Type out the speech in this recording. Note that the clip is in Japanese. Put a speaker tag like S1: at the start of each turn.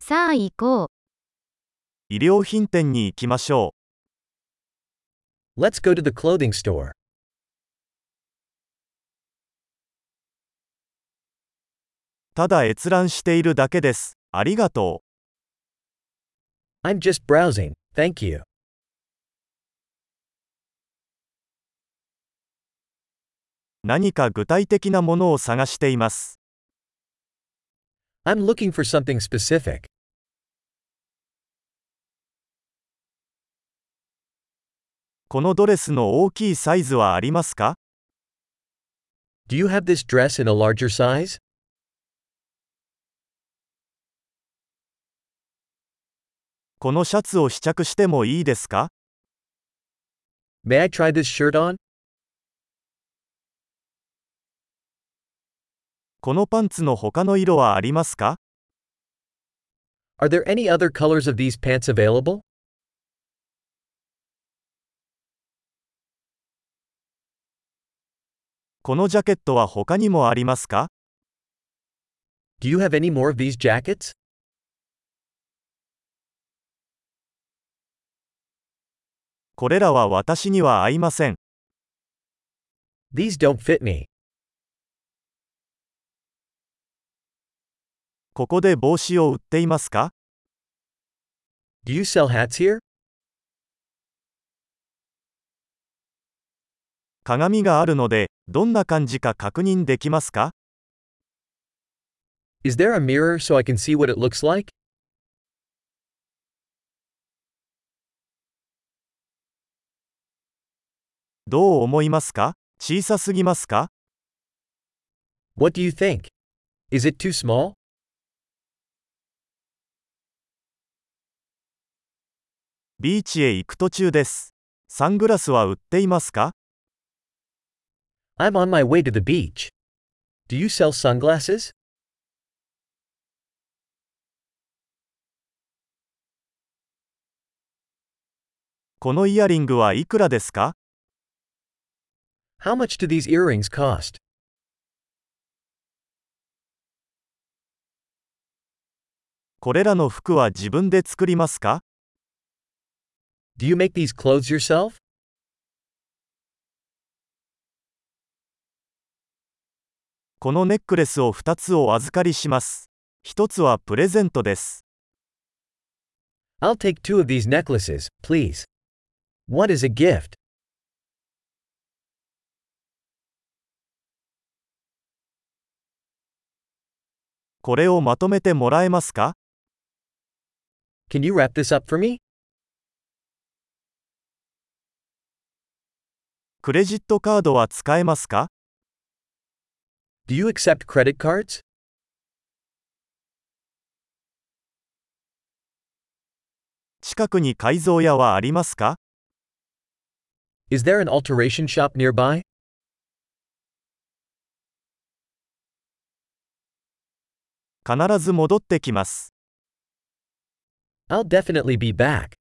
S1: さあ行こう。
S2: 衣料品店に行きましょ
S3: Let's go to the clothing
S2: う。
S3: store.
S2: ただ閲覧しているだけです。ありがと
S3: I'm just browsing, thank you.
S2: う。何か具体的なものを探しています。
S3: I'm looking for something specific.
S2: このドレスの大きいサイズはありますか
S3: Do you have this dress in a larger size?
S2: このシャツを試着してもいいですか
S3: May I try this shirt on?
S2: このパンツの他の色はありますか
S3: Are there any other colors of these pants available?
S2: このジャケットは他にもありますか
S3: Do you have any more of these jackets?
S2: これらは私には合いません。
S3: These don't fit me.
S2: ここで帽子を売っていますか
S3: Do you sell hats here?
S2: 鏡があるので、どんな感じか確認できますか
S3: Is there a mirror so I can see what it looks like?
S2: どう思いますか小さすぎますか
S3: What do you think? Is it too small?
S2: ビーチへ行く途中です。サングラスは売っていますか
S3: I'm on my way to the beach. Do you sell sunglasses?
S2: このイヤリングはいくらですか
S3: How much do these earrings cost?
S2: これらの服は自分で作りますか
S3: Do you make these clothes yourself?
S2: このネックレスを2つお預かりします。1つはプレゼントです。
S3: I'll take two of these necklaces, please. One is a gift.
S2: これをまとめてもらえますか
S3: Can you wrap this up for me?
S2: クレジットカードは使えますか
S3: Do you accept credit cards?
S2: 近くに改造屋はありますか
S3: Is there an alteration shop nearby?
S2: 必ず戻ってきます。
S3: I'll definitely be back.